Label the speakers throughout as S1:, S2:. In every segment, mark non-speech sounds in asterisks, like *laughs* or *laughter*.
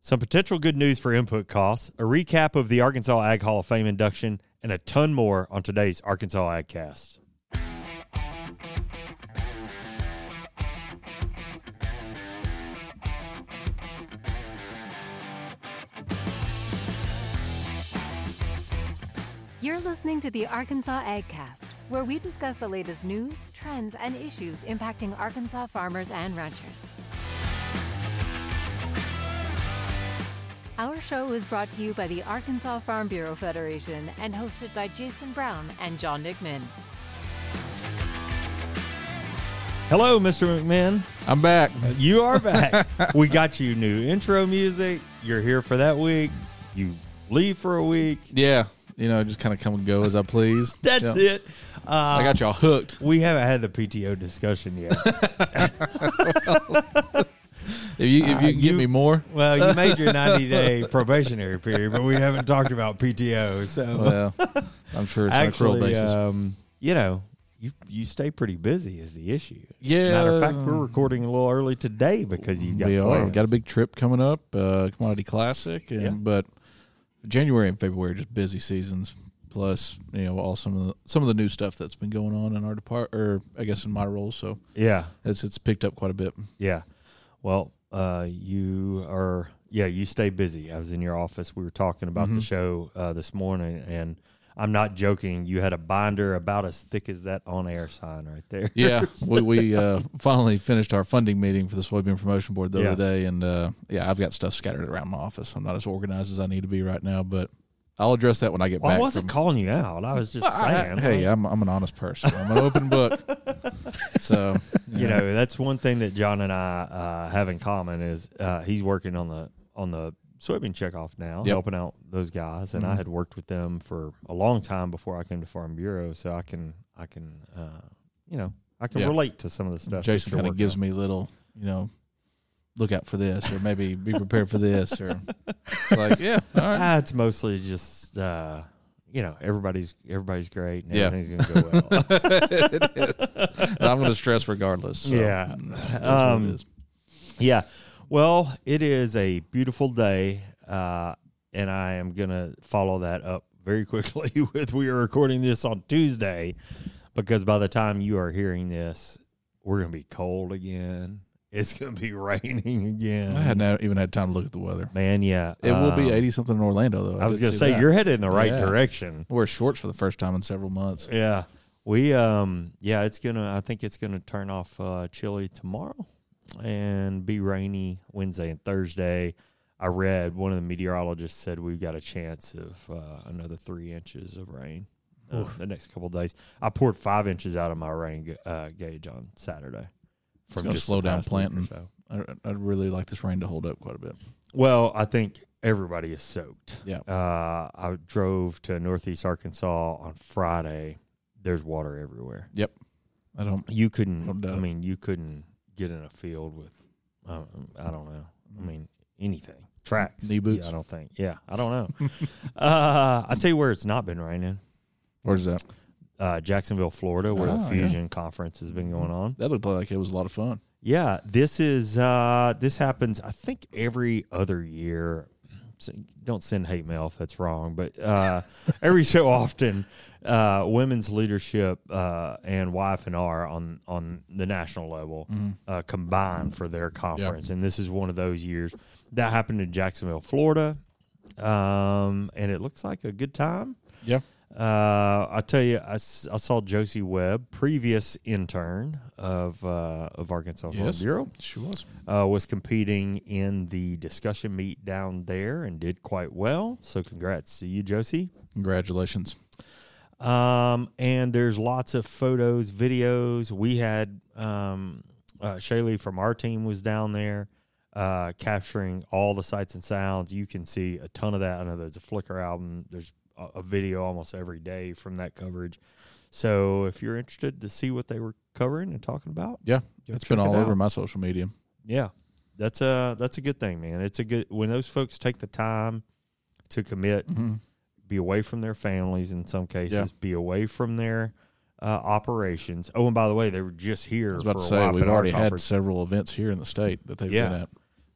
S1: some potential good news for input costs, a recap of the Arkansas Ag Hall of Fame induction, and a ton more on today's Arkansas AgCast.
S2: You're listening to the Arkansas AgCast, where we discuss the latest news, trends, and issues impacting Arkansas farmers and ranchers. Our show is brought to you by the Arkansas Farm Bureau Federation and hosted by Jason Brown and John McMinn.
S1: Hello, Mr. McMahon.
S3: I'm back.
S1: You are back. we got you new intro music. You're here for that week. You leave for a week.
S3: Yeah, you know, just kind of come and go as I please.
S1: *laughs* That's
S3: Yeah.
S1: it. Uh,
S3: I got y'all hooked.
S1: we haven't had the PTO discussion yet.
S3: If you if you can
S1: Uh, you-
S3: get
S1: *laughs*
S3: me more,
S1: well, you made your 90 day probationary period, but we haven't talked about PTO. So
S3: well, I'm sure it's on a
S1: actually,
S3: cruel basis.
S1: um, you know, you you stay pretty busy is the issue.
S3: Yeah.
S1: Matter of fact, we're recording a little early today because you got
S3: we are
S1: plans.
S3: got a big trip coming up, uh, commodity classic, and
S1: Yeah.
S3: but January and February are just busy seasons. Plus, you know, all some of the, some of the new stuff that's been going on in our depart, or I guess in my role. So
S1: yeah
S3: it's it's picked up quite a bit.
S1: yeah. Well, uh, you are yeah you stay busy. I was in your office. We were talking about
S3: Mm-hmm.
S1: the show uh, this morning, and I'm not joking. You had a binder about as thick as that on air sign right there. *laughs*
S3: Yeah, we, we uh, finally finished our funding meeting for the soybean promotion board the
S1: Yeah.
S3: other day, and uh, yeah, I've got stuff scattered around my office. I'm not as organized as I need to be right now, but I'll address that when I get
S1: Well, I
S3: back.
S1: wasn't
S3: from-
S1: calling you out. I was just saying.
S3: hey, I'm I'm an honest person. I'm an open book.
S1: *laughs*
S3: So
S1: you know that's one thing that John and I uh, have in common is uh, he's working on the on the soybean checkoff now,
S3: Yep. Mm-hmm.
S1: helping out those guys, and I had worked with them for a long time before I came to Farm Bureau, so I can I can uh, you know I can
S3: Yeah.
S1: relate to some of the stuff. that
S3: Jason
S1: you're
S3: kind of
S1: working
S3: gives
S1: on.
S3: me little, you know, look out for this, or maybe be prepared for
S1: *laughs*
S3: this, or it's like yeah, all right. *laughs*
S1: Ah, it's mostly just uh, you know everybody's everybody's great and
S3: Yeah.
S1: everything's
S3: *laughs*
S1: gonna go well.
S3: It is. And I'm going to stress regardless. So
S1: Yeah.
S3: that's what it
S1: Um,
S3: is.
S1: Yeah. Well, it is a beautiful day, uh, and I am going to follow that up very quickly *laughs* with we are recording this on Tuesday because by the time you are hearing this, we're going to be cold again. It's going to be *laughs* raining again.
S3: I hadn't even had time to look at the weather.
S1: Man, yeah.
S3: It will be
S1: Um,
S3: 80 something in Orlando, though.
S1: I was
S3: did
S1: going to
S3: see
S1: say,
S3: that.
S1: you're headed in the right
S3: Yeah.
S1: direction.
S3: I wear shorts for the first time in several months.
S1: Yeah. We um yeah, it's going to I think it's going to turn off uh chilly tomorrow and be rainy Wednesday and Thursday. I read one of the meteorologists said we've got a chance of uh, another 3 inches of rain uh, the next couple of days. I poured 5 inches out of my rain ga- uh, gauge on Saturday. From
S3: gonna
S1: just
S3: slow
S1: the
S3: down
S1: past week or
S3: planting.
S1: so.
S3: I, I'd really like this rain to hold up quite a bit.
S1: Well, I think everybody is soaked.
S3: Yeah.
S1: Uh, I drove to Northeast Arkansas on Friday. There's water everywhere.
S3: I don't.
S1: you
S3: No
S1: couldn't.
S3: doubt.
S1: I mean, you couldn't get in a field with. Um, I don't know. I mean, anything tracks,
S3: Mm. Knee boots?
S1: Yeah, I don't think. Yeah, I don't know. *laughs* uh, I tell you where it's not been raining.
S3: Where's that?
S1: Uh, Jacksonville, Florida, where the
S3: Oh, yeah. Mm-hmm.
S1: Fusion Conference has been going on.
S3: That looked like it was a lot of fun.
S1: Yeah, this is uh, this happens. I think every other year. So Don't send hate mail if that's wrong, but uh, *laughs* every so often, uh, women's leadership uh, and YFNR on on the national level
S3: Mm-hmm.
S1: uh, combine for their conference, and this is one of those years that happened in Jacksonville, Florida, um, and it looks like a good time.
S3: Yeah.
S1: Uh, I tell you, I, s- I saw Josie Webb, previous intern of uh, of Arkansas Farm
S3: Yes.
S1: Bureau,
S3: She was.
S1: uh, was competing in the discussion meet down there and did quite well. So, congrats to you, Josie.
S3: Congratulations.
S1: Um, and there's lots of photos, videos. We had um, uh, Shaylee from our team was down there uh, capturing all the sights and sounds. You can see a ton of that. I know there's a Flickr album. There's a, a video almost every day from that coverage. So if you're interested to see what they were covering and talking about,
S3: Yeah.
S1: go
S3: it's been
S1: check it
S3: all over
S1: out.
S3: my social media.
S1: Yeah, that's a that's a good thing, man. It's a good when those folks take the time to commit
S3: Mm-hmm.
S1: be away from their families in some cases, be away from their uh, operations. Oh, and by the way, they were just
S3: I
S1: here
S3: was
S1: for a
S3: about to say,
S1: while
S3: we've already had
S1: conference.
S3: several events here in the state that they've
S1: Yeah.
S3: been at.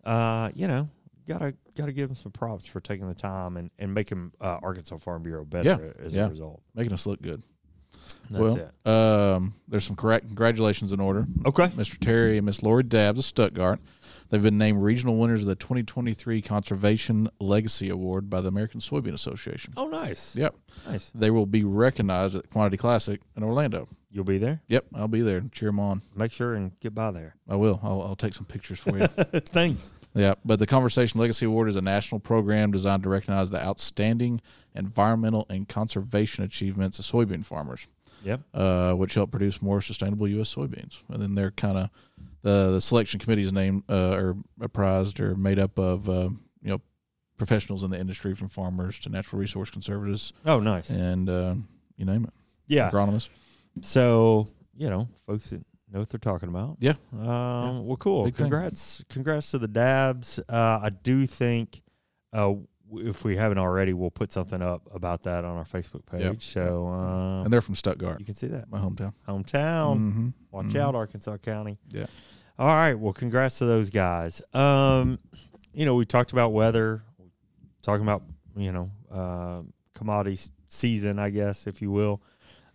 S1: Uh, you know, gotta gotta give them some props for taking the time and and making uh, Arkansas Farm Bureau better
S3: Yeah,
S1: as
S3: yeah.
S1: a result.
S3: making us look good.
S1: That's
S3: well,
S1: it.
S3: Um, there's some correct congratulations in order.
S1: Okay.
S3: Mr. Terry and Miss Lori Dabbs of Stuttgart. They've been named regional winners of the 2023 Conservation Legacy Award by the American Soybean Association.
S1: Oh, nice.
S3: Yep.
S1: Nice.
S3: They will be recognized at the Quantity Classic in Orlando.
S1: You'll be there.
S3: Yep, I'll be there. Cheer them on.
S1: Make sure and get by there.
S3: I will. I'll, I'll take some pictures
S1: *laughs*
S3: for you.
S1: Thanks.
S3: yeah, but the Conversation Legacy Award is a national program designed to recognize the outstanding environmental and conservation achievements of soybean farmers.
S1: Yep.
S3: uh, which help produce more sustainable U.S. soybeans. And then they're kind of the the selection committee is named uh, or apprised or made up of uh, you know professionals in the industry from farmers to natural resource conservatives
S1: Oh, nice.
S3: and uh, you name it,
S1: Yeah.
S3: agronomists.
S1: So you know, folks that know what they're talking about.
S3: Yeah.
S1: Um, Well, cool.
S3: Big thing.
S1: congrats, congrats to the Dabs. Uh, I do think, uh, w- if we haven't already, we'll put something up about that on our Facebook page.
S3: Yep.
S1: So um,
S3: and they're from Stuttgart,
S1: you can see that
S3: my hometown.
S1: hometown.
S3: Mhm.
S1: Watch
S3: Mhm.
S1: out, Arkansas County.
S3: Yeah.
S1: All right. Well, congrats to those guys. Um, you know, we talked about weather, talking about you know uh, commodity s- season, I guess, if you will.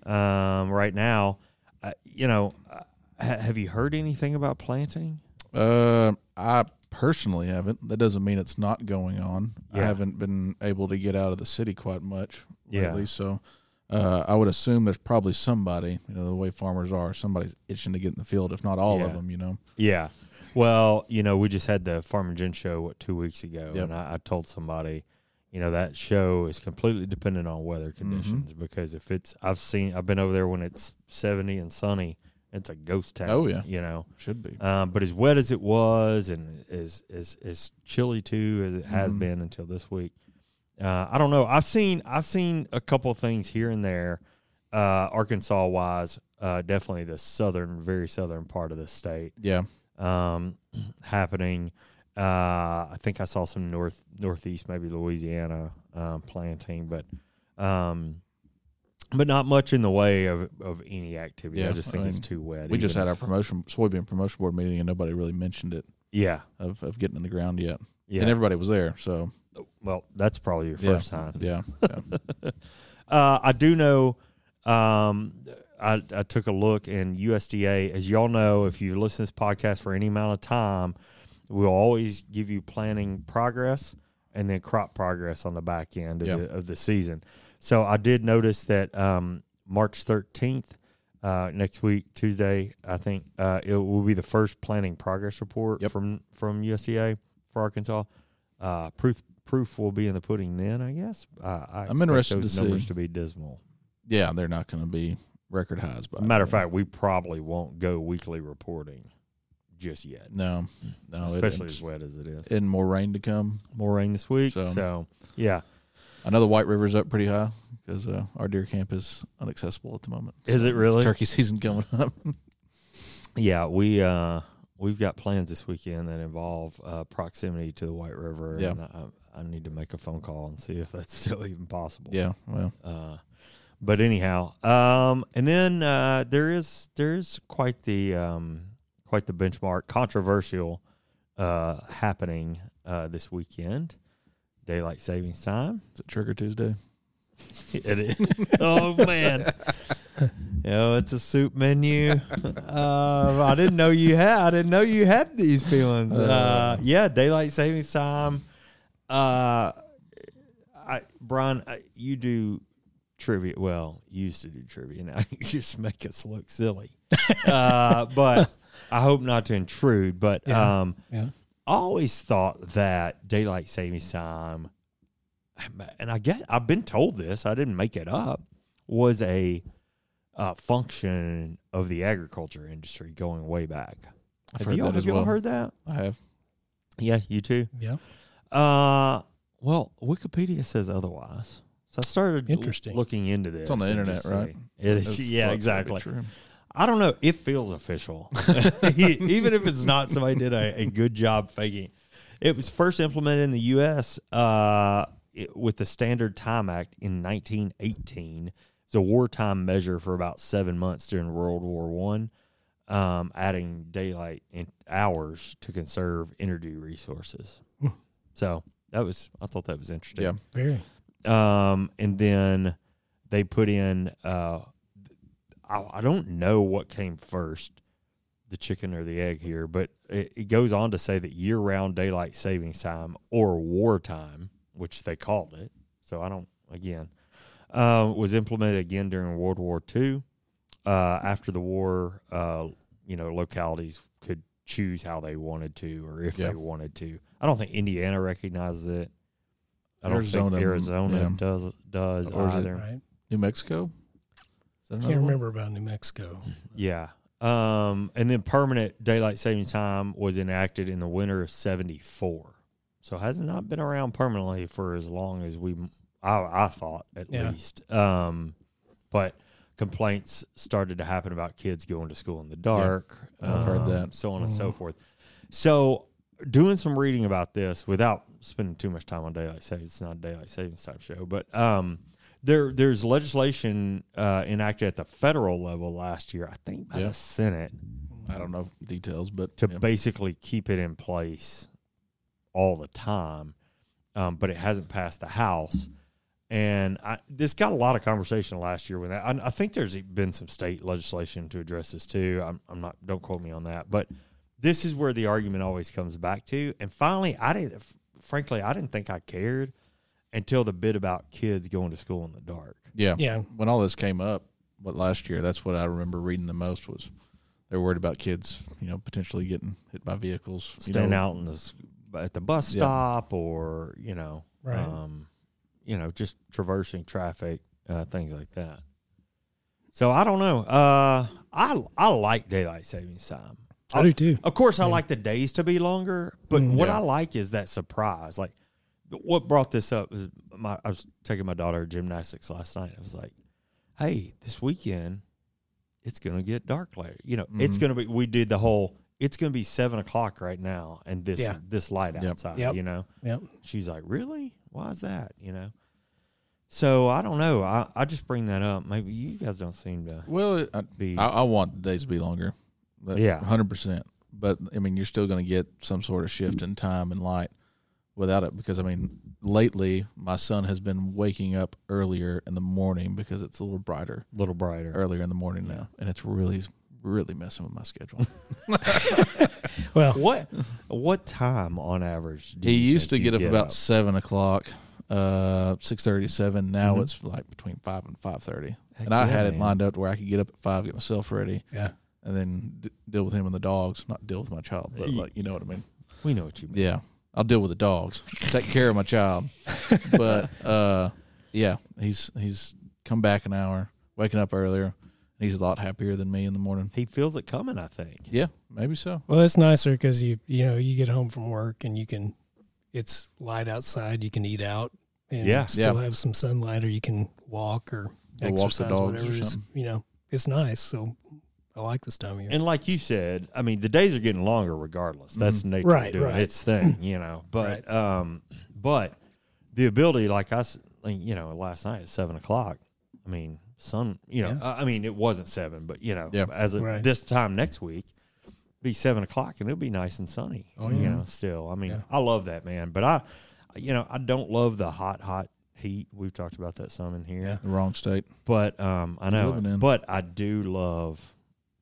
S1: Um, right now, uh, you know, uh, ha- have you heard anything about planting?
S3: Uh, I personally haven't. That doesn't mean it's not going on. I
S1: Yeah.
S3: haven't been able to get out of the city quite much
S1: Yeah.
S3: lately, so uh, I would assume there's probably somebody. You know, the way farmers are, somebody's itching to get in the field, if not all of
S1: Yeah.
S3: them. You know,
S1: Yeah. Well, you know, we just had the Farm and Gin show what two weeks ago,
S3: Yep.
S1: and I, I told somebody, you know, that show is completely dependent on weather
S3: Mm-hmm.
S1: conditions because if it's, I've seen, I've been over there when it's seventy and sunny, it's a ghost town.
S3: Oh, yeah.
S1: you know.
S3: should be.
S1: Um, but as wet as it was, and as as as chilly too as it has
S3: Mhm.
S1: been until this week, uh, I don't know. I've seen I've seen a couple of things here and there, uh, Arkansas wise. Uh, definitely the southern, very southern part of the state
S3: Yeah,
S1: um, *clears throat* happening. Uh, I think I saw some north northeast, maybe Louisiana um, planting, but um, but not much in the way of, of any activity. I
S3: Yeah,
S1: just think
S3: I
S1: it's
S3: mean,
S1: too wet.
S3: we just
S1: even
S3: had our
S1: if-
S3: promotion soybean promotion board meeting, and nobody really mentioned it
S1: yeah
S3: of, of getting in the ground yet.
S1: yeah.
S3: And everybody was there, so
S1: well, that's probably your
S3: Yeah.
S1: first time.
S3: yeah,
S1: Uh, I do know. Um, I, I took a look, and USDA, as y'all know, if you listen to this podcast for any amount of time, we'll always give you planning progress and then crop progress on the back end of,
S3: Yeah.
S1: the, of the season. So I did notice that um, March 13th, uh, next week, Tuesday, I think uh, it will be the first planning progress report
S3: Yep.
S1: from, from USDA for Arkansas. Uh, proof proof will be in the pudding then, I guess. Uh, I expect
S3: interested to
S1: those numbers
S3: see.
S1: to be dismal.
S3: yeah. They're not going to be record highs, but
S1: Matter of fact, we probably won't go weekly reporting just yet,
S3: no, no, it-
S1: especially
S3: it's-
S1: as wet as it is.
S3: and more rain to come.
S1: More rain this week, so,
S3: So-
S1: yeah.
S3: I know the White River's up pretty high because uh, our deer camp is inaccessible at the moment.
S1: Is it really?
S3: Turkey season coming up. *laughs*
S1: Yeah, we uh we've got plans this weekend that involve uh, proximity to the White River.
S3: Yeah.
S1: and I, I need to make a phone call and see if that's *laughs* still even possible.
S3: yeah, well,
S1: Uh, but anyhow, um, and then uh, there is there is quite the um, quite the benchmark controversial uh, happening uh, this weekend, daylight savings time.
S3: is it Trigger Tuesday?
S1: It is. oh man. You know, it's a soup menu. Uh, I didn't know you had. I didn't know you had these feelings. Uh, yeah, daylight savings time. Uh, I Brian, I, you do trivia. Well, you used to do trivia. Now *laughs* you just make us look silly. Uh, but I hope not to intrude. But
S4: Yeah.
S1: um,
S4: Yeah.
S1: I always thought that daylight savings time, *laughs* and I guess I've been told this, I didn't make it up, was a uh, function of the agriculture industry going way back.
S3: I've
S1: Have
S3: heard
S1: y'all,
S3: that
S1: have
S3: as
S1: y'all
S3: well.
S1: heard that?
S3: I have.
S1: Yeah, you too.
S4: Yeah.
S1: Uh, well, Wikipedia says otherwise. So I started
S4: Interesting.
S1: looking into this.
S3: on the
S1: and
S3: internet,
S1: just
S3: right?
S1: see. It is,
S3: That's-
S1: yeah,
S3: that's gotta be
S1: exactly.
S3: true.
S1: I don't know. It feels official, *laughs* even if it's not. Somebody did a, a good job faking. It. It was first implemented in the U.S. Uh, it- with the Standard Time Act in 1918. It's a wartime measure for about seven months during World War One, um, adding daylight in hours to conserve energy resources. So that was I thought that was interesting.
S3: Yeah.
S4: Very.
S1: um, and then they put in uh, I, I don't know what came first the chicken or the egg here but it, it goes on to say that year-round daylight savings time or wartime which they called it so i don't again um, was implemented again during world war ii uh, after the war uh, you know localities could choose how they wanted to or if
S3: Yeah.
S1: they wanted to i don't think indiana recognizes it I don't
S3: Arizona,
S1: think Arizona
S3: yeah.
S1: does does
S3: Or is it-
S1: either.
S4: Right.
S3: New Mexico. Is that another
S4: Can't
S3: one?
S4: remember about New Mexico.
S1: Yeah. Um, and then permanent daylight saving time was enacted in the winter of '74, so it has not been around permanently for as long as we, I, I thought at
S4: Yeah.
S1: least. Um, but complaints started to happen about kids going to school in the dark.
S3: I've heard
S1: um,
S3: that. Mm-hmm.
S1: So on and so forth. So doing some reading about this without spending too much time on daylight savings. It's not a daylight savings type show, but um, there there's legislation uh, enacted at the federal level last year, I think, by
S3: Yeah.
S1: the Senate
S3: I don't know details, but
S1: to
S3: yeah.
S1: basically keep it in place all the time, um, but it hasn't passed the House. And I, this got a lot of conversation last year. When that, I, I think there's e, been some state legislation to address this too. I'm, I'm not. Don't quote me on that. But this is where the argument always comes back to. And finally, I didn't. Frankly, I didn't think I cared until the bit about kids going to school in the dark.
S3: yeah,
S4: Yeah.
S3: When all this came up, what last year? That's what I remember reading the most was they were worried about kids, you know, potentially getting hit by vehicles. you
S1: Staying
S3: know.
S1: out in the s- at the bus
S3: Yeah.
S1: stop or you know
S4: Right.
S1: um, you know, just traversing traffic, uh, things like that. So I don't know. Uh, I I like daylight savings time.
S4: I do too.
S1: Of course, I like the days to be longer, but
S4: Mm.
S1: what
S3: Yeah.
S1: I like is that surprise. Like, what brought this up is my I was taking my daughter to gymnastics last night. I was like, "Hey, this weekend, it's gonna get dark later. You know, it's
S4: Mm-hmm.
S3: Mhm.
S1: gonna be. We did the whole. It's gonna be seven o'clock right now, and this
S4: Yeah.
S1: this light
S3: Yep.
S1: outside.
S4: Yep.
S1: You know,
S4: Yep.
S1: she's like, "Really? Why is that?" You know. So I don't know. I, I just bring that up. Maybe you guys don't seem to
S3: Well, I,
S1: be.
S3: I, I want the days to be longer. That-
S1: Yeah.
S3: 100%. But I mean, you're still going to get some sort of shift in time and light without it because I mean, lately my son has been waking up earlier in the morning because it's a little brighter
S1: little brighter.
S3: earlier in the morning now and it's really really messing with
S1: *laughs*
S3: my schedule.
S4: Well,
S1: What what time on average? Do
S3: he
S1: you
S3: used to
S1: think you
S3: get up about
S1: up?
S3: 7 o'clock, uh, 6.37. Now
S1: Mhm.
S3: it's like between 5 and 5.30.
S1: Heck
S3: and I
S1: yeah,
S3: had it
S1: man.
S3: lined up to where I could get up at 5, get myself ready,
S4: yeah.
S3: and then d- deal with him and the dogs. Not deal with my child, but like you know what I mean.
S1: We know what you mean.
S3: Yeah, I'll deal with the dogs. Take care of my child.
S4: *laughs*
S3: But uh, yeah, he's he's come back an hour, waking up earlier, and he's a lot happier than me in the morning.
S1: He feels it coming, I think.
S3: Yeah, maybe so.
S4: Well, it's nicer because you you know you get home from work and you can, it's light outside. You can eat out and
S1: Yeah.
S4: still
S3: Yeah.
S4: have some sunlight, or you can walk or
S3: Go walk the
S4: exercise,
S3: dogs or
S4: whatever. It's,
S3: something.
S4: you know, it's nice. So I like this time of year.
S1: And like you said, I mean, the days are getting longer regardless. That's nature
S4: Mm-hmm. Right,
S1: doing
S4: right.
S1: its thing, you know. But um, but the ability, like I, s- like, you know, last night at seven o'clock. I mean, sun. You know,
S4: Yeah.
S1: I I mean, it wasn't seven, but you know,
S3: Yeah.
S1: as of
S4: Right.
S1: this time next week, be seven o'clock and it'll be nice and sunny.
S4: Oh,
S1: You
S4: yeah.
S1: know, still. I mean,
S4: Yeah.
S1: I love that man, but I, you know, I don't love the hot, hot heat. We've talked about that some in here.
S4: Yeah.
S3: The wrong state.
S1: But um, I know,
S3: living in.
S1: but I do love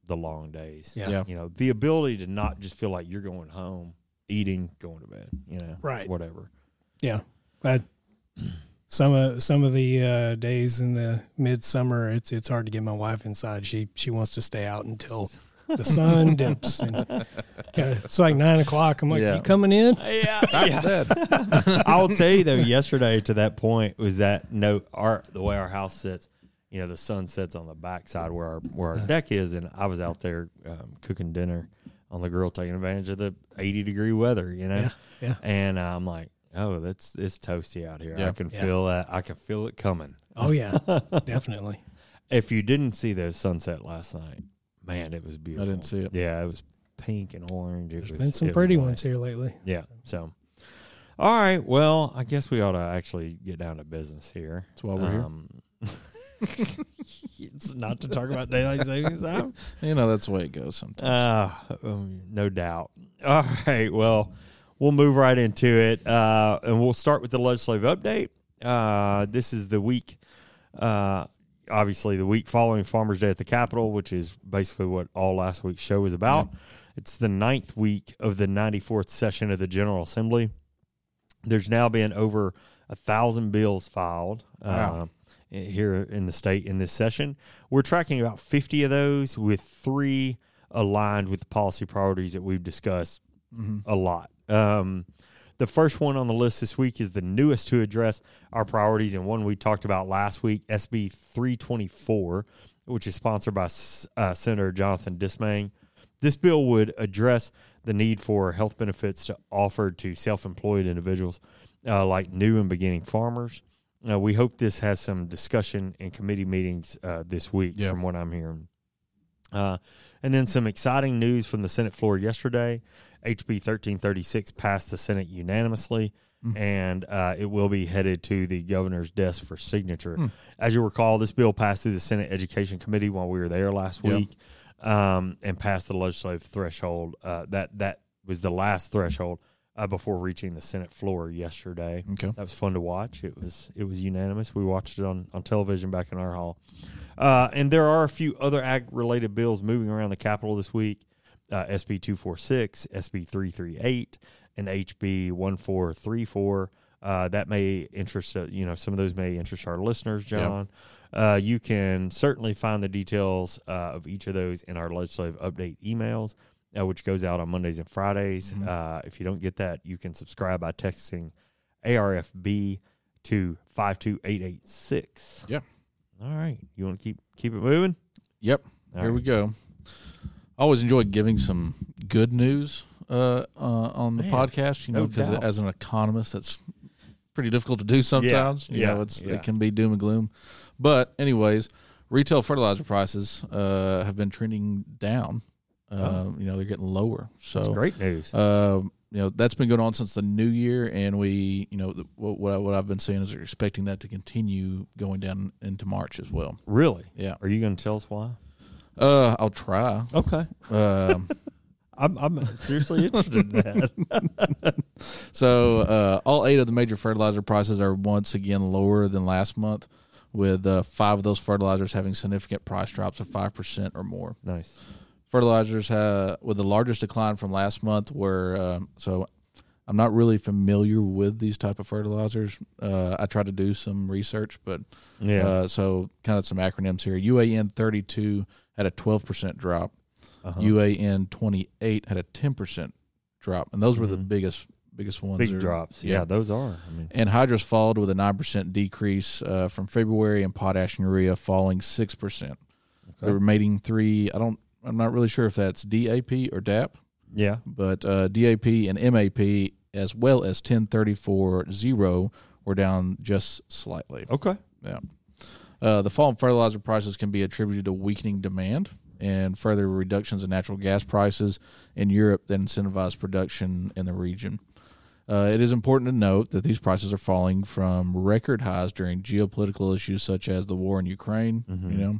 S1: the long days.
S4: Yeah. *laughs*
S3: Yeah.
S1: you know, the ability to not just feel like you're going home, eating, going to bed. You know,
S4: Right.
S1: Whatever.
S4: Yeah, I, some of some of the uh, days in the midsummer, it's it's hard to get my wife inside. She she wants to stay out until
S1: *laughs*
S4: the sun dips, and yeah, it's like nine o'clock. I'm like,
S3: Yeah.
S4: you coming in?
S1: *laughs* Yeah,
S3: Dad.
S1: I'll tell you though. Yesterday, to that point, was that no our the way our house sits. You know, the sun sets on the backside where our where
S3: Uh-huh.
S1: our deck is, and I was out there um, cooking dinner on the grill, taking advantage of the eighty degree weather. You know,
S4: Yeah, yeah.
S1: and I'm like, oh, that's it's toasty out here. I
S3: Yeah.
S1: can
S4: Yeah.
S1: feel that. I can feel it coming.
S4: Oh yeah, definitely.
S1: If you didn't see the sunset last night, man, it was beautiful.
S3: didn't see it.
S1: Yeah, it was pink and orange. *laughs* It
S4: There's
S1: was,
S4: been
S1: it
S4: some
S1: was
S4: pretty
S1: nice.
S4: ones here lately.
S1: Yeah. So, all right. Well, I guess we ought to actually get down to business here. Um,
S3: That's why we're
S4: Um,
S1: here. *laughs* it's not to talk about daylight savings *laughs* time.
S4: uh,
S3: here. You know that's the way it goes sometimes.
S1: Uh, um, no doubt. All right. Well, we'll move right into it, uh, and we'll start with the legislative update. Uh, this is the week, uh, obviously, the week following Farmers' Day at the Capitol, which is basically what all last week's show was about. It's the ninth week of the 94th session of the General Assembly. There's now been over a thousand bills filed uh,
S3: Wow.
S1: i- here in the state in this session. We're tracking about 50 of those, with three aligned with the policy priorities that we've discussed
S3: Mm-hmm.
S1: a lot. Um, the first one on the list this week is the newest to address our priorities and one we talked about last week, SB 324, which is sponsored by S- uh, Senator Jonathan Dismang. This bill would address the need for health benefits to offered to self-employed individuals uh, like new and beginning farmers. Uh, we hope this has some discussion in committee meetings uh, this week,
S3: Yeah.
S1: from what I'm hearing. Uh, and then some exciting news from the Senate floor yesterday. HB 1336 passed the Senate unanimously, and uh, it will be headed to the governor's desk for signature. As you recall, this bill passed through the Senate Education Committee while we were there last
S3: Yeah.
S1: week, um, and passed the legislative threshold. Uh, that that was the last threshold uh, before reaching the Senate floor yesterday.
S3: Okay.
S1: That was fun to watch. It was it was unanimous. We watched it on, on television back in our hall. Uh, and there are a few other ag related bills moving around the Capitol this week uh, SB 246, SB 338, and HB 1434. Uh, that may interest, uh, you know, some of those may interest our listeners, John. Uh, you can certainly find the details uh, of each of those in our legislative update emails, uh, which goes out on Mondays and Fridays. Uh, if you don't get that, you can subscribe by texting ARFB to 52886.
S3: Yeah.
S1: All right. You want to keep keep it moving?
S3: Yep.
S1: All
S3: Here
S1: right.
S3: we go. I always enjoy giving some good news uh, uh, on the
S1: Man,
S3: podcast, you know,
S1: no
S3: because
S1: doubt.
S3: as an economist, that's pretty difficult to do sometimes. you
S1: yeah,
S3: know, it's
S1: yeah.
S3: it can be doom and gloom. But anyways, retail fertilizer prices uh, have been trending down. Um, You know, they're getting lower. So
S1: Oh. That's great news.
S3: um, you know that's been going on since the new year, and we, you know, the, what what, I, what I've been saying is they're expecting that to continue going down into March as well.
S1: really?
S3: Yeah,
S1: Are you going to tell us why?
S3: uh, I'll try.
S1: Okay.
S3: Um,
S1: *laughs* I'm, I'm seriously interested in that.
S3: *laughs* so uh, all eight of the major fertilizer prices are once again lower than last month, with uh, five of those fertilizers having significant price drops of five percent or more.
S1: Nice.
S3: fertilizers uh, with the largest decline from last month were um, so i'm not really familiar with these type of fertilizers uh, i tried to do some research but
S1: Yeah.
S3: uh, so kind of some acronyms here uan 32 had a 12% drop
S1: Uh-huh.
S3: uan 28 had a 10% drop and those were the
S1: Mhm.
S3: biggest biggest ones
S1: Big
S3: They're-
S1: drops. Yeah, those are. I mean,
S3: and hydrous followed with a 9% decrease uh, from February and potash and urea falling 6%. The
S1: Okay.
S3: remaining three, I don't, I'm not really sure if that's DAP or DAP,
S1: yeah.
S3: but uh, DAP and MAP as well as 1034 zero were down just slightly.
S1: Okay.
S3: Yeah. Uh, the fall in fertilizer prices can be attributed to weakening demand and further reductions in natural gas prices in Europe that incentivize production in the region. Uh, it is important to note that these prices are falling from record highs during geopolitical issues such as the war in Ukraine, you know,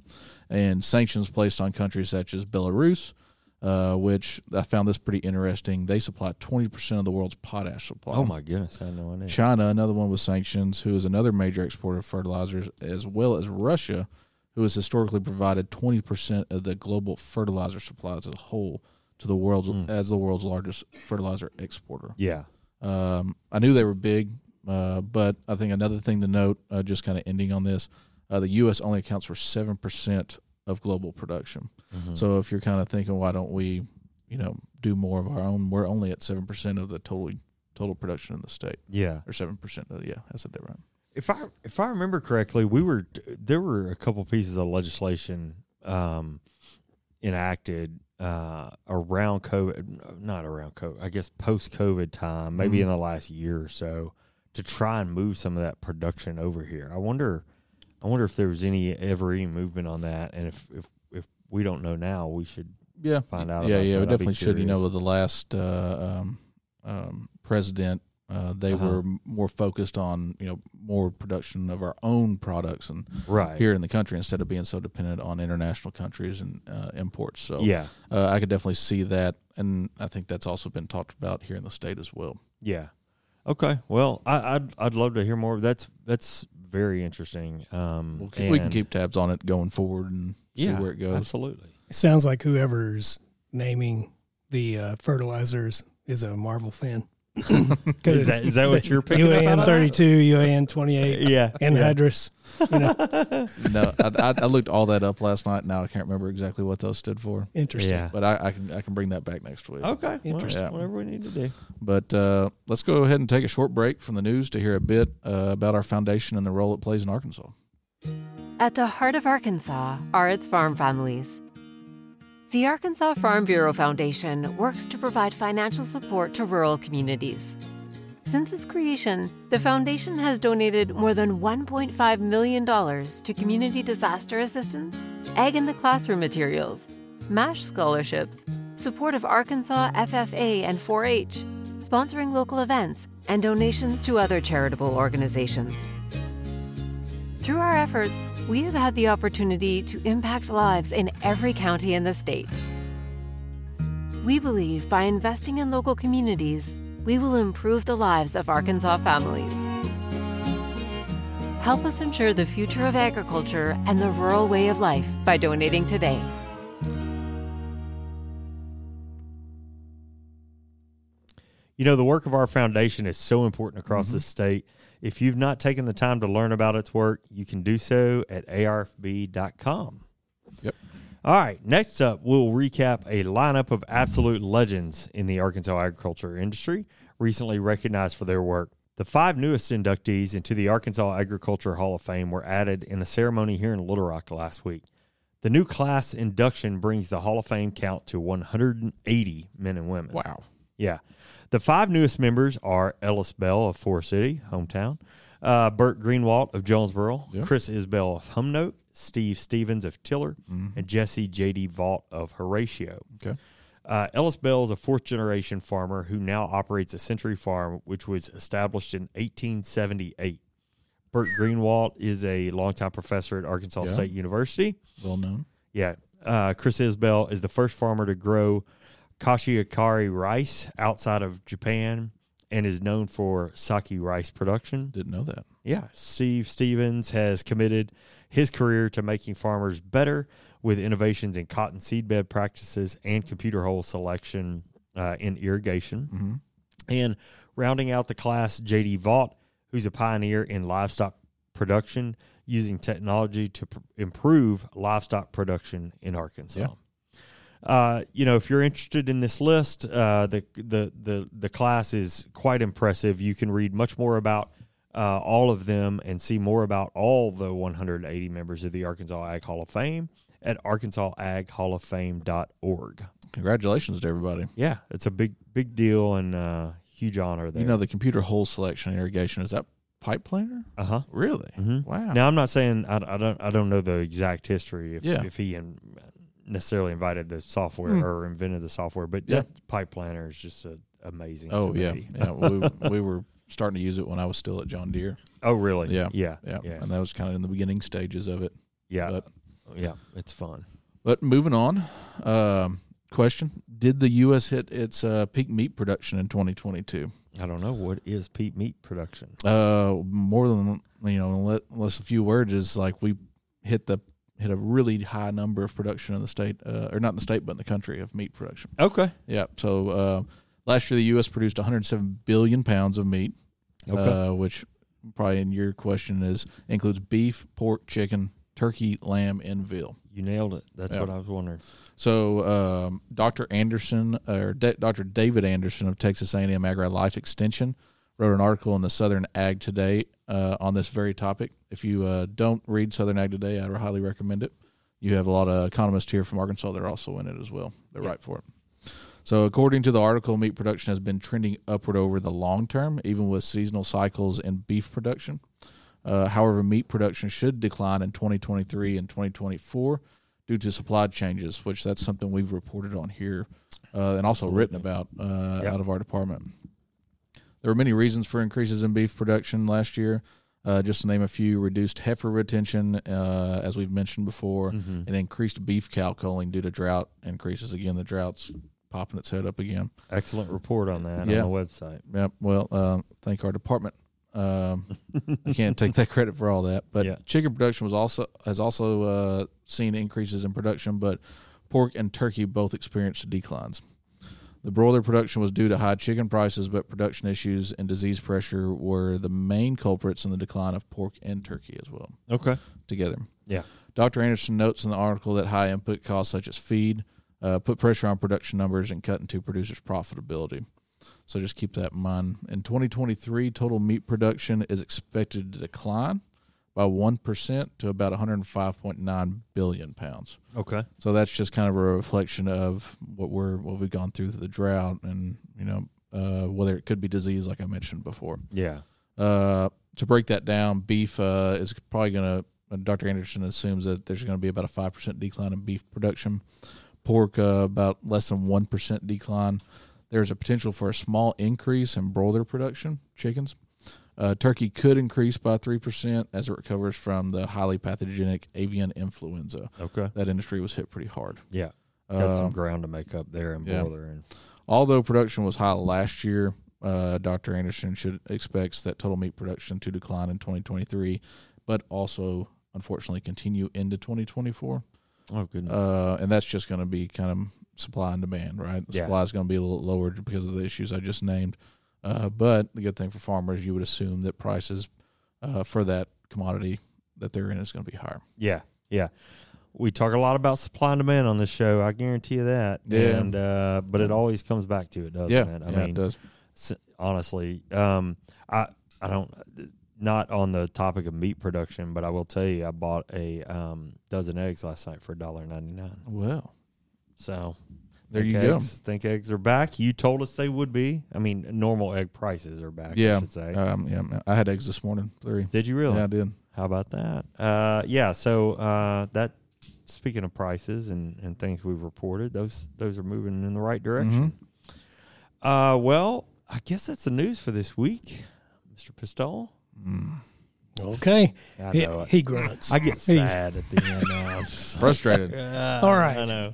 S3: and sanctions placed on countries such as Belarus, uh, which I found this pretty interesting. They supply 20% of the world's potash supply.
S1: Oh, my goodness. I had no idea.
S3: China, another one with sanctions, who is another major exporter of fertilizers, as well as Russia, who has historically provided 20% of the global fertilizer supplies as a whole to the world's as the world's largest fertilizer exporter.
S1: Yeah.
S3: Um, I knew they were big, uh, but I think another thing to note, uh, just kind of ending on this, uh, the U.S. only accounts for seven percent of global production.
S1: Mm-hmm. Hmm.
S3: So if you're kind of thinking, why don't we, you know, do more of our own? We're only at seven percent of the total total production in the state,
S1: Yeah.
S3: or seven percent. Yeah, I said that right.
S1: If I if I remember correctly, we were there were a couple pieces of legislation um, enacted uh, around COVID, not around COVID, I guess post COVID time,
S3: Mm-hmm.
S1: maybe in the last year or so, to try and move some of that production over here. I wonder, I wonder if there was any ever any movement on that, and if if if we don't know now, we should.
S3: Yeah,
S1: Find out
S3: Yeah,
S1: about that.
S3: yeah, we
S1: I'd be
S3: definitely should. You know,
S1: curious.
S3: with the last uh, um, um, president. Uh, they
S1: Uh-huh.
S3: were m- more focused on you know more production of our own products and
S1: Right
S3: here in the country instead of being so dependent on international countries and uh, imports. So
S1: Yeah.
S3: uh, I could definitely see that, and I think that's also been talked about here in the state as well.
S1: Yeah. Okay. Well, I, I'd I'd love to hear more. That's that's very interesting. Um,
S3: We'll keep, we can
S1: and-
S3: keep tabs on it going forward and see where it goes.
S1: Absolutely.
S4: It sounds like whoever's naming the uh, fertilizers is a Marvel fan.
S1: *laughs* Is that is that what
S3: *laughs*
S1: you're picking up? out
S4: UAN
S1: of
S4: thirty two, UAN twenty
S1: that? *laughs*
S4: eight,
S1: Yeah.
S4: and
S1: yeah.
S4: Hydrus. You know,
S3: *laughs* no, I, I, I looked all that up last night. Now I can't remember exactly what those stood for,
S4: interesting.
S1: Yeah.
S3: but I, I can I can bring that back next week.
S1: Okay. Interesting.
S3: Interesting.
S1: Well, whatever we need to do.
S3: But uh, let's go ahead and take a short break from the news to hear a bit uh, about our foundation and the role it plays in Arkansas.
S2: At the heart of Arkansas are its farm families. The Arkansas Farm Bureau Foundation works to provide financial support to rural communities. Since its creation, the foundation has donated more than $1.5 million to community disaster assistance, egg in the classroom materials, MASH scholarships, support of Arkansas FFA and 4 H, sponsoring local events, and donations to other charitable organizations. Through our efforts, we have had the opportunity to impact lives in every county in the state. We believe by investing in local communities, we will improve the lives of Arkansas families. Help us ensure the future of agriculture and the rural way of life by donating today.
S1: You know, the work of our foundation is so important across the state. If you've not taken the time to learn about its work, you can do so at arfb.com.
S3: Yep.
S1: All right, next up, we'll recap a lineup of absolute legends in the Arkansas agriculture industry, recently recognized for their work. The five newest inductees into the Arkansas Agriculture Hall of Fame were added in a ceremony here in Little Rock last week. The new class induction brings the Hall of Fame count to 180 men and women.
S3: Wow.
S1: Yeah. The five newest members are Ellis Bell of Forest City, hometown, uh, Burt Greenwalt of Jonesboro,
S3: Yeah.
S1: Chris Isbell of Humnoak, Steve Stevens of Tiller,
S3: Mm-hmm.
S1: and Jesse J.D. Vault of Horatio.
S3: Okay.
S1: Uh, Ellis Bell is a fourth generation farmer who now operates a century farm, which was established in 1878. Burt Greenwalt is a longtime professor at Arkansas
S3: Yeah.
S1: State University.
S3: Well known.
S1: Yeah. Uh, Chris Isbell is the first farmer to grow Kashiakari rice outside of Japan and is known for sake rice production.
S3: Didn't know that.
S1: Yeah. Steve Stevens has committed his career to making farmers better with innovations in cotton seedbed practices and computer hole selection uh, in irrigation.
S3: Mm-hmm.
S1: And rounding out the class, JD Vaught, who's a pioneer in livestock production, using technology to pr- improve livestock production in Arkansas. Uh, you know, if you're interested in this list, uh, the, the the the class is quite impressive. You can read much more about uh, all of them and see more about all the 180 members of the Arkansas Ag Hall of Fame at arkansasaghhalloffame.org.
S3: Congratulations to everybody.
S1: Yeah, it's a big big deal and uh, huge honor there.
S3: You know, the computer hole selection and irrigation is that pipe planer?
S1: uh huh.
S3: Really?
S1: Mhm.
S3: Wow.
S1: Now I'm not saying I, I don't I don't know the exact history if
S3: Yeah. Hmm.
S1: if he in, necessarily invited the software or invented the software, but
S3: Yeah.
S1: that pipe planner is just a, amazing.
S3: oh
S1: to
S3: yeah.
S1: me.
S3: yeah. We we were starting to use it when I was still at John Deere.
S1: *laughs* Oh really?
S3: Yeah.
S1: Yeah.
S3: Yeah.
S1: Yeah.
S3: And that was kind of in the beginning stages of it.
S1: Yeah.
S3: But
S1: yeah. It's fun.
S3: But moving on, um, question: Did the U.S. hit its uh, peak meat production in 2022?
S1: I don't know what is peat meat production.
S3: Uh, more than you know, unle- unless a few words is like we hit the hit a really high number of production in the state, uh, or not in the state, but in the country of meat production.
S1: Okay.
S3: Yeah. So uh, last year, the U.S. produced 107 billion pounds of meat,
S1: Okay.
S3: uh, which probably in your question is includes beef, pork, chicken, turkey, lamb, and veal.
S1: you nailed it. That's
S3: yeah.
S1: what I was wondering.
S3: So, um, Dr. Anderson or D- Dr. David Anderson of Texas A&M Agri Life Extension wrote an article in the Southern Ag Today uh, on this very topic. If you uh, don't read Southern Ag Today, I highly recommend it. You have a lot of economists here from Arkansas that are also in it as well. They write for it. So, according to the article, meat production has been trending upward over the long term, even with seasonal cycles in beef production. Uh, however, meat production should decline in 2023 and 2024 due to supply changes, which that's something we've reported on here uh, and also written about uh,
S1: Yeah.
S3: out of our department. There were many reasons for increases in beef production last year. Uh, just to name a few, reduced heifer retention, uh, as Mm-hmm.
S1: Mm-hmm.
S3: we've mentioned before, and increased beef cow culling due to drought increases. Again, the droughts popping its head up again.
S1: Excellent report on that
S3: Yeah.
S1: on the
S3: *laughs*
S1: website.
S3: Yep. Well, um, thank our department. Um, I can't take that credit for all that. But
S1: Yeah.
S3: chicken production was also has also uh, seen increases in production, but pork and turkey both experienced declines. The broiler production was due to high chicken prices, but production issues and disease pressure were the main culprits in the decline of pork and turkey as well
S1: *laughs* Okay.
S3: together.
S1: Yeah.
S3: Dr. Anderson notes in the article that high input costs such as feed uh, put pressure on production numbers and cut into producers' profitability. So just keep that in mind. In 2023, total meat production is expected to decline by 1% to about 105.9 billion pounds.
S1: Okay.
S3: So that's just kind of a reflection of what we're what we've gone through through the drought and, you know, uh, whether it could be disease like I mentioned before.
S1: Yeah.
S3: Uh, to break that down, beef uh, is probably going to. Dr. Anderson assumes that there's going to be about a five percent decline in beef production. Pork uh, about less than one percent decline. There's a potential for a small increase in broiler production, chickens. Uh, turkey could increase by three percent as it recovers from the highly pathogenic avian influenza.
S1: Okay.
S3: That industry was hit pretty hard.
S1: Yeah. Got some
S3: Um,
S1: ground to make up there in
S3: yeah.
S1: Boiler. And,
S3: Although production was high last year, uh, Dr. Anderson should expects that total meat production to decline in 2023, but also unfortunately continue into 2024.
S1: oh, goodness.
S3: Uh, and that's just going to be kind of supply and demand, right? The
S1: Yeah.
S3: supply is going to be a little lower because of the issues I just named. Uh, but the good thing for farmers, you would assume that prices uh, for that commodity that they're in is going to be higher.
S1: Yeah, yeah. We talk a lot about supply and demand on this show. I guarantee you that.
S3: Yeah.
S1: And uh, but it always comes back to it, doesn't
S3: yeah,
S1: it? I
S3: yeah, it
S1: mean,
S3: does.
S1: s- honestly, um, I I don't not on the topic of meat production, but I will tell you, I bought a um, dozen eggs last night for $1.99.
S3: Well,
S1: So
S3: there
S1: think
S3: you go.
S1: eggs, Think eggs are back. You told us they would be. I mean, normal egg prices are back. I
S3: Yeah,
S1: should say.
S3: um, yeah, I had eggs this morning, three.
S1: Did you really?
S3: Yeah, I did.
S1: How about that? Uh, yeah. So uh, that speaking of prices and, and things we've reported, those those are moving in the right direction.
S4: Mm-hmm.
S1: Uh, well, I guess that's the news for this week, Mister Pistol.
S3: Mm-hmm. Mm.
S4: Okay.
S1: I
S4: He,
S1: know it.
S4: he grunts.
S1: I get
S4: He's-
S1: sad at the end. Now. I'm just
S4: *laughs*
S3: Frustrated.
S4: All
S1: I
S4: right.
S1: know.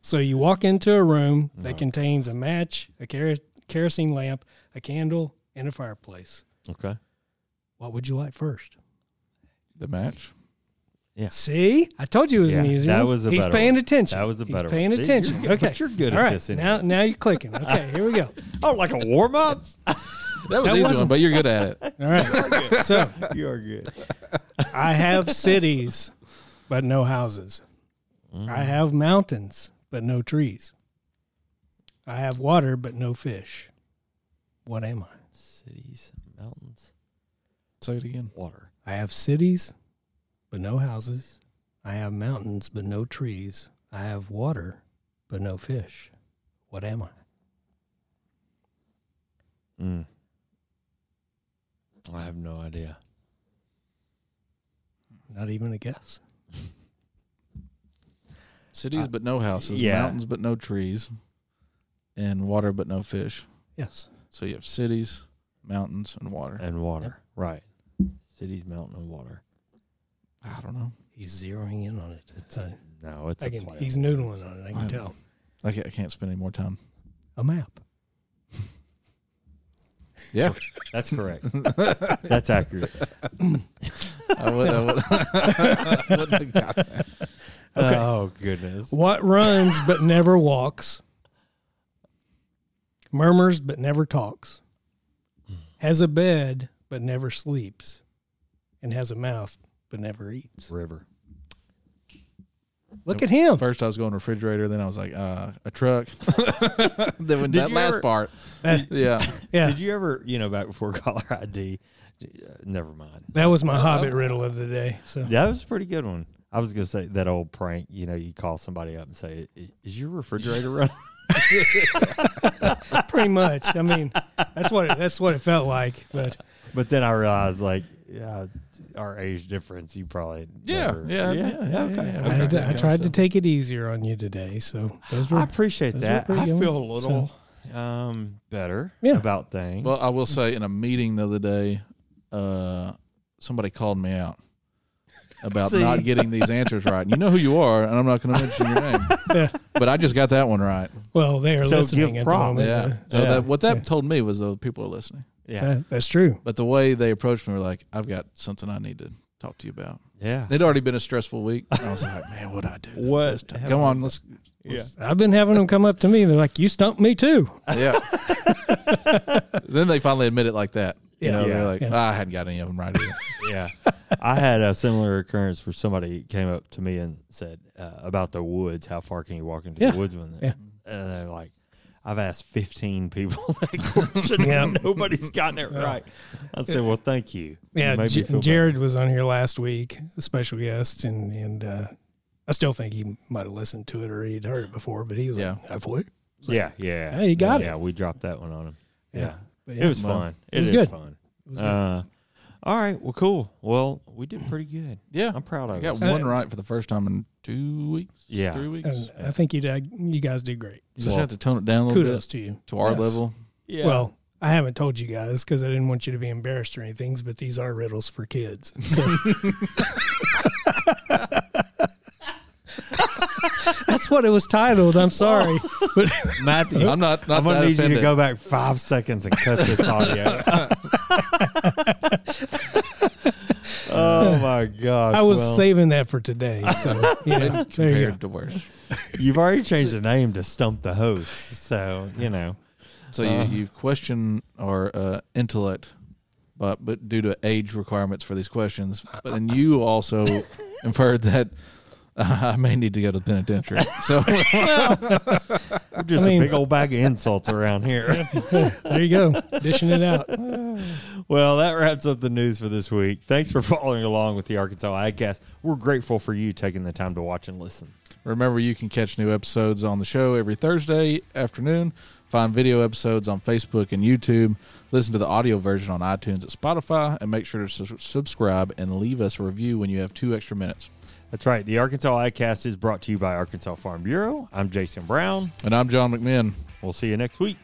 S4: So you walk into a room
S1: Uh-huh.
S4: that contains a match, a ker- kerosene lamp, a candle, and a fireplace.
S1: Okay.
S4: What would you like first?
S3: The match.
S4: See, I told you it was an
S1: Yeah,
S4: easy
S1: that
S4: one.
S1: was a
S4: He's
S1: better
S4: paying
S1: one.
S4: attention.
S1: That was a
S4: He's
S1: better
S4: paying
S1: one. Dude, you're
S4: attention.
S1: good,
S4: okay,
S1: but you're good
S4: All
S1: at
S4: right,
S1: this anyway.
S4: Now, now
S1: *laughs*
S4: you're clicking. Okay, here we go.
S1: Oh, like a warm
S4: *laughs*
S1: up.
S3: That was an easy one, but you're good at *laughs* it.
S4: All right. so
S1: you are good.
S4: I have cities, but no houses. I
S1: Mm.
S4: have mountains, but no trees. I have water, but no fish. What am I?
S1: Cities, mountains,
S3: Say it again.
S1: water.
S4: I have cities, but no houses. I have mountains, but no trees. I have water, but no fish. What am I?
S1: Mm. I have no idea.
S4: Not even a guess.
S3: Cities, but no houses.
S1: yeah.
S3: Mountains, but no trees. And water, but no fish.
S4: Yes.
S3: So you have cities, mountains, and water.
S1: And water, right? Cities, mountain, and water.
S3: I don't know.
S4: He's zeroing in on it. It's a,
S1: No, it's
S4: I
S1: a
S4: can,
S1: play
S4: he's
S1: on words.
S4: noodling on it. I can tell.
S3: I can't, I can't spend any more time.
S4: A map.
S3: Yeah, *laughs*
S1: That's
S4: *laughs*
S1: correct. That's accurate.
S3: I would. I would. I *laughs* wouldn't have got that.
S1: Oh goodness.
S4: What runs but never walks, murmurs but never talks, has a bed but never sleeps, and has a mouth but never eats.
S1: River.
S4: Look at him.
S3: First, I was going refrigerator. Then I was like, uh, a truck. *laughs* then when
S1: Did
S3: that
S1: you
S3: last
S1: ever-
S3: *laughs* part.
S4: That-
S3: Yeah.
S4: Yeah.
S1: Did you ever, you know, back before *laughs* caller ID? uh, Never mind.
S4: That was my Hobbit riddle of the day. So
S1: That was a pretty good one. I was gonna say that old prank. You know, you call somebody up and say, "I- "Is your
S4: *laughs*
S1: refrigerator running?"
S4: pretty much, I mean, that's what it, that's what it felt like.
S1: *laughs*
S4: But
S1: But then I realized, like, yeah, our age difference, you probably
S3: Yeah,
S1: never-
S3: yeah, yeah, yeah,
S1: okay.
S3: yeah.
S4: I,
S1: okay.
S4: had to-
S3: Okay.
S4: I tried to take it easier on you today. So those
S1: I
S4: were
S1: appreciate
S4: Those were
S1: that.
S4: pretty
S1: I
S4: good
S1: feel a
S4: ones.
S1: little um, better
S4: Yeah.
S1: about things.
S3: Well, I will say in a meeting the other day, uh, somebody called me out. about
S1: See?
S3: not getting these answers right. And you know who you are, and I'm not going to mention your name.
S4: Yeah.
S3: But I just got that one right.
S4: Well, they are
S1: So give
S4: listening at the
S1: props.
S4: moment.
S3: Yeah. So
S1: Yeah.
S3: That, what that
S4: Yeah.
S3: told me was though people are listening.
S1: Yeah.
S4: Yeah, that's true.
S3: But the way they approached me were like, I've got something I need to talk to you about.
S1: Yeah.
S3: It'd already been a stressful week. And I was like, man, what'd I do?
S1: What
S3: this time?
S1: have
S3: Come
S1: I
S3: on, let's.
S1: Yeah.
S4: I've been having them come up to me. They're like, "You stumped me too."
S3: *laughs* Yeah. then they finally admit it like that. You
S4: Yeah.
S3: know,
S1: Yeah.
S3: they're like,
S4: Yeah.
S3: "Ah, I hadn't got any of them right either. *laughs*
S1: yeah. I had a similar occurrence where somebody came up to me and said uh, about the woods. How far can you walk into
S4: Yeah.
S1: the woods when?
S4: Yeah.
S1: And they're like, I've asked 15 people *laughs* that question.
S4: Yeah.
S1: and Nobody's gotten it right. I said, well, thank you. You
S4: Yeah,
S1: made me
S4: J-
S1: feel better.
S4: Jared was on here last week, a special guest, and and uh, I still think he might have listened to it or he'd heard it before, but he was
S3: Yeah.
S4: like, "I've heard."
S1: Yeah. Yeah.
S4: Hey, you got
S1: Yeah. We dropped that one on him. Yeah.
S4: But
S1: It was
S3: Well,
S1: fun.
S4: it was
S1: is
S4: good.
S1: fun.
S4: it was good.
S1: Uh, all right. Well, cool. Well, we did pretty good.
S3: Yeah.
S1: I'm proud
S3: I
S1: of
S3: got
S1: us.
S3: one right for the first time in two weeks.
S1: Yeah.
S3: Three weeks.
S4: And I think you did, you guys did great.
S3: just
S1: Well,
S3: have to tone it down a little
S4: Kudos to you.
S3: bit to our
S4: Yes.
S3: level.
S1: Yeah.
S4: Well, I haven't told you guys because I didn't want you to be embarrassed or anything, but these are riddles for kids.
S1: *laughs*
S4: So that's what it was titled. I'm sorry. But *laughs*
S1: Matthew,
S3: I'm not. not
S1: I'm gonna need
S3: that
S1: you
S3: offended.
S1: to go back five seconds and cut this
S3: *laughs*
S1: audio. oh my gosh!
S4: I was
S1: well,
S4: saving that for today. So
S1: *laughs*
S4: yeah, *laughs* there you go.
S3: compared to worse.
S1: you've already changed the name to stump the host, so you know.
S3: So you,
S1: Uh-huh.
S3: you question our uh, intellect, but but due to age requirements for these questions, but then you
S4: *laughs*
S3: also inferred that uh, I may need to go to the penitentiary. So
S1: We're just
S4: I mean-
S1: a big old bag of insults around
S4: *laughs*
S1: here.
S4: There you go. Dishing it out.
S1: well, that wraps up the news for this week. Thanks for following along with the Arkansas Agcast. We're grateful for you taking the time to watch and listen.
S3: remember, you can catch new episodes on the show every Thursday afternoon. Find video episodes on Facebook and YouTube. Listen to the audio version on iTunes at Spotify, and make sure to su- subscribe and leave us a review when you have two extra minutes.
S1: That's right. The Arkansas Agcast is brought to you by Arkansas Farm Bureau. I'm Jason Brown.
S3: And I'm John McMinn.
S1: We'll see you next week.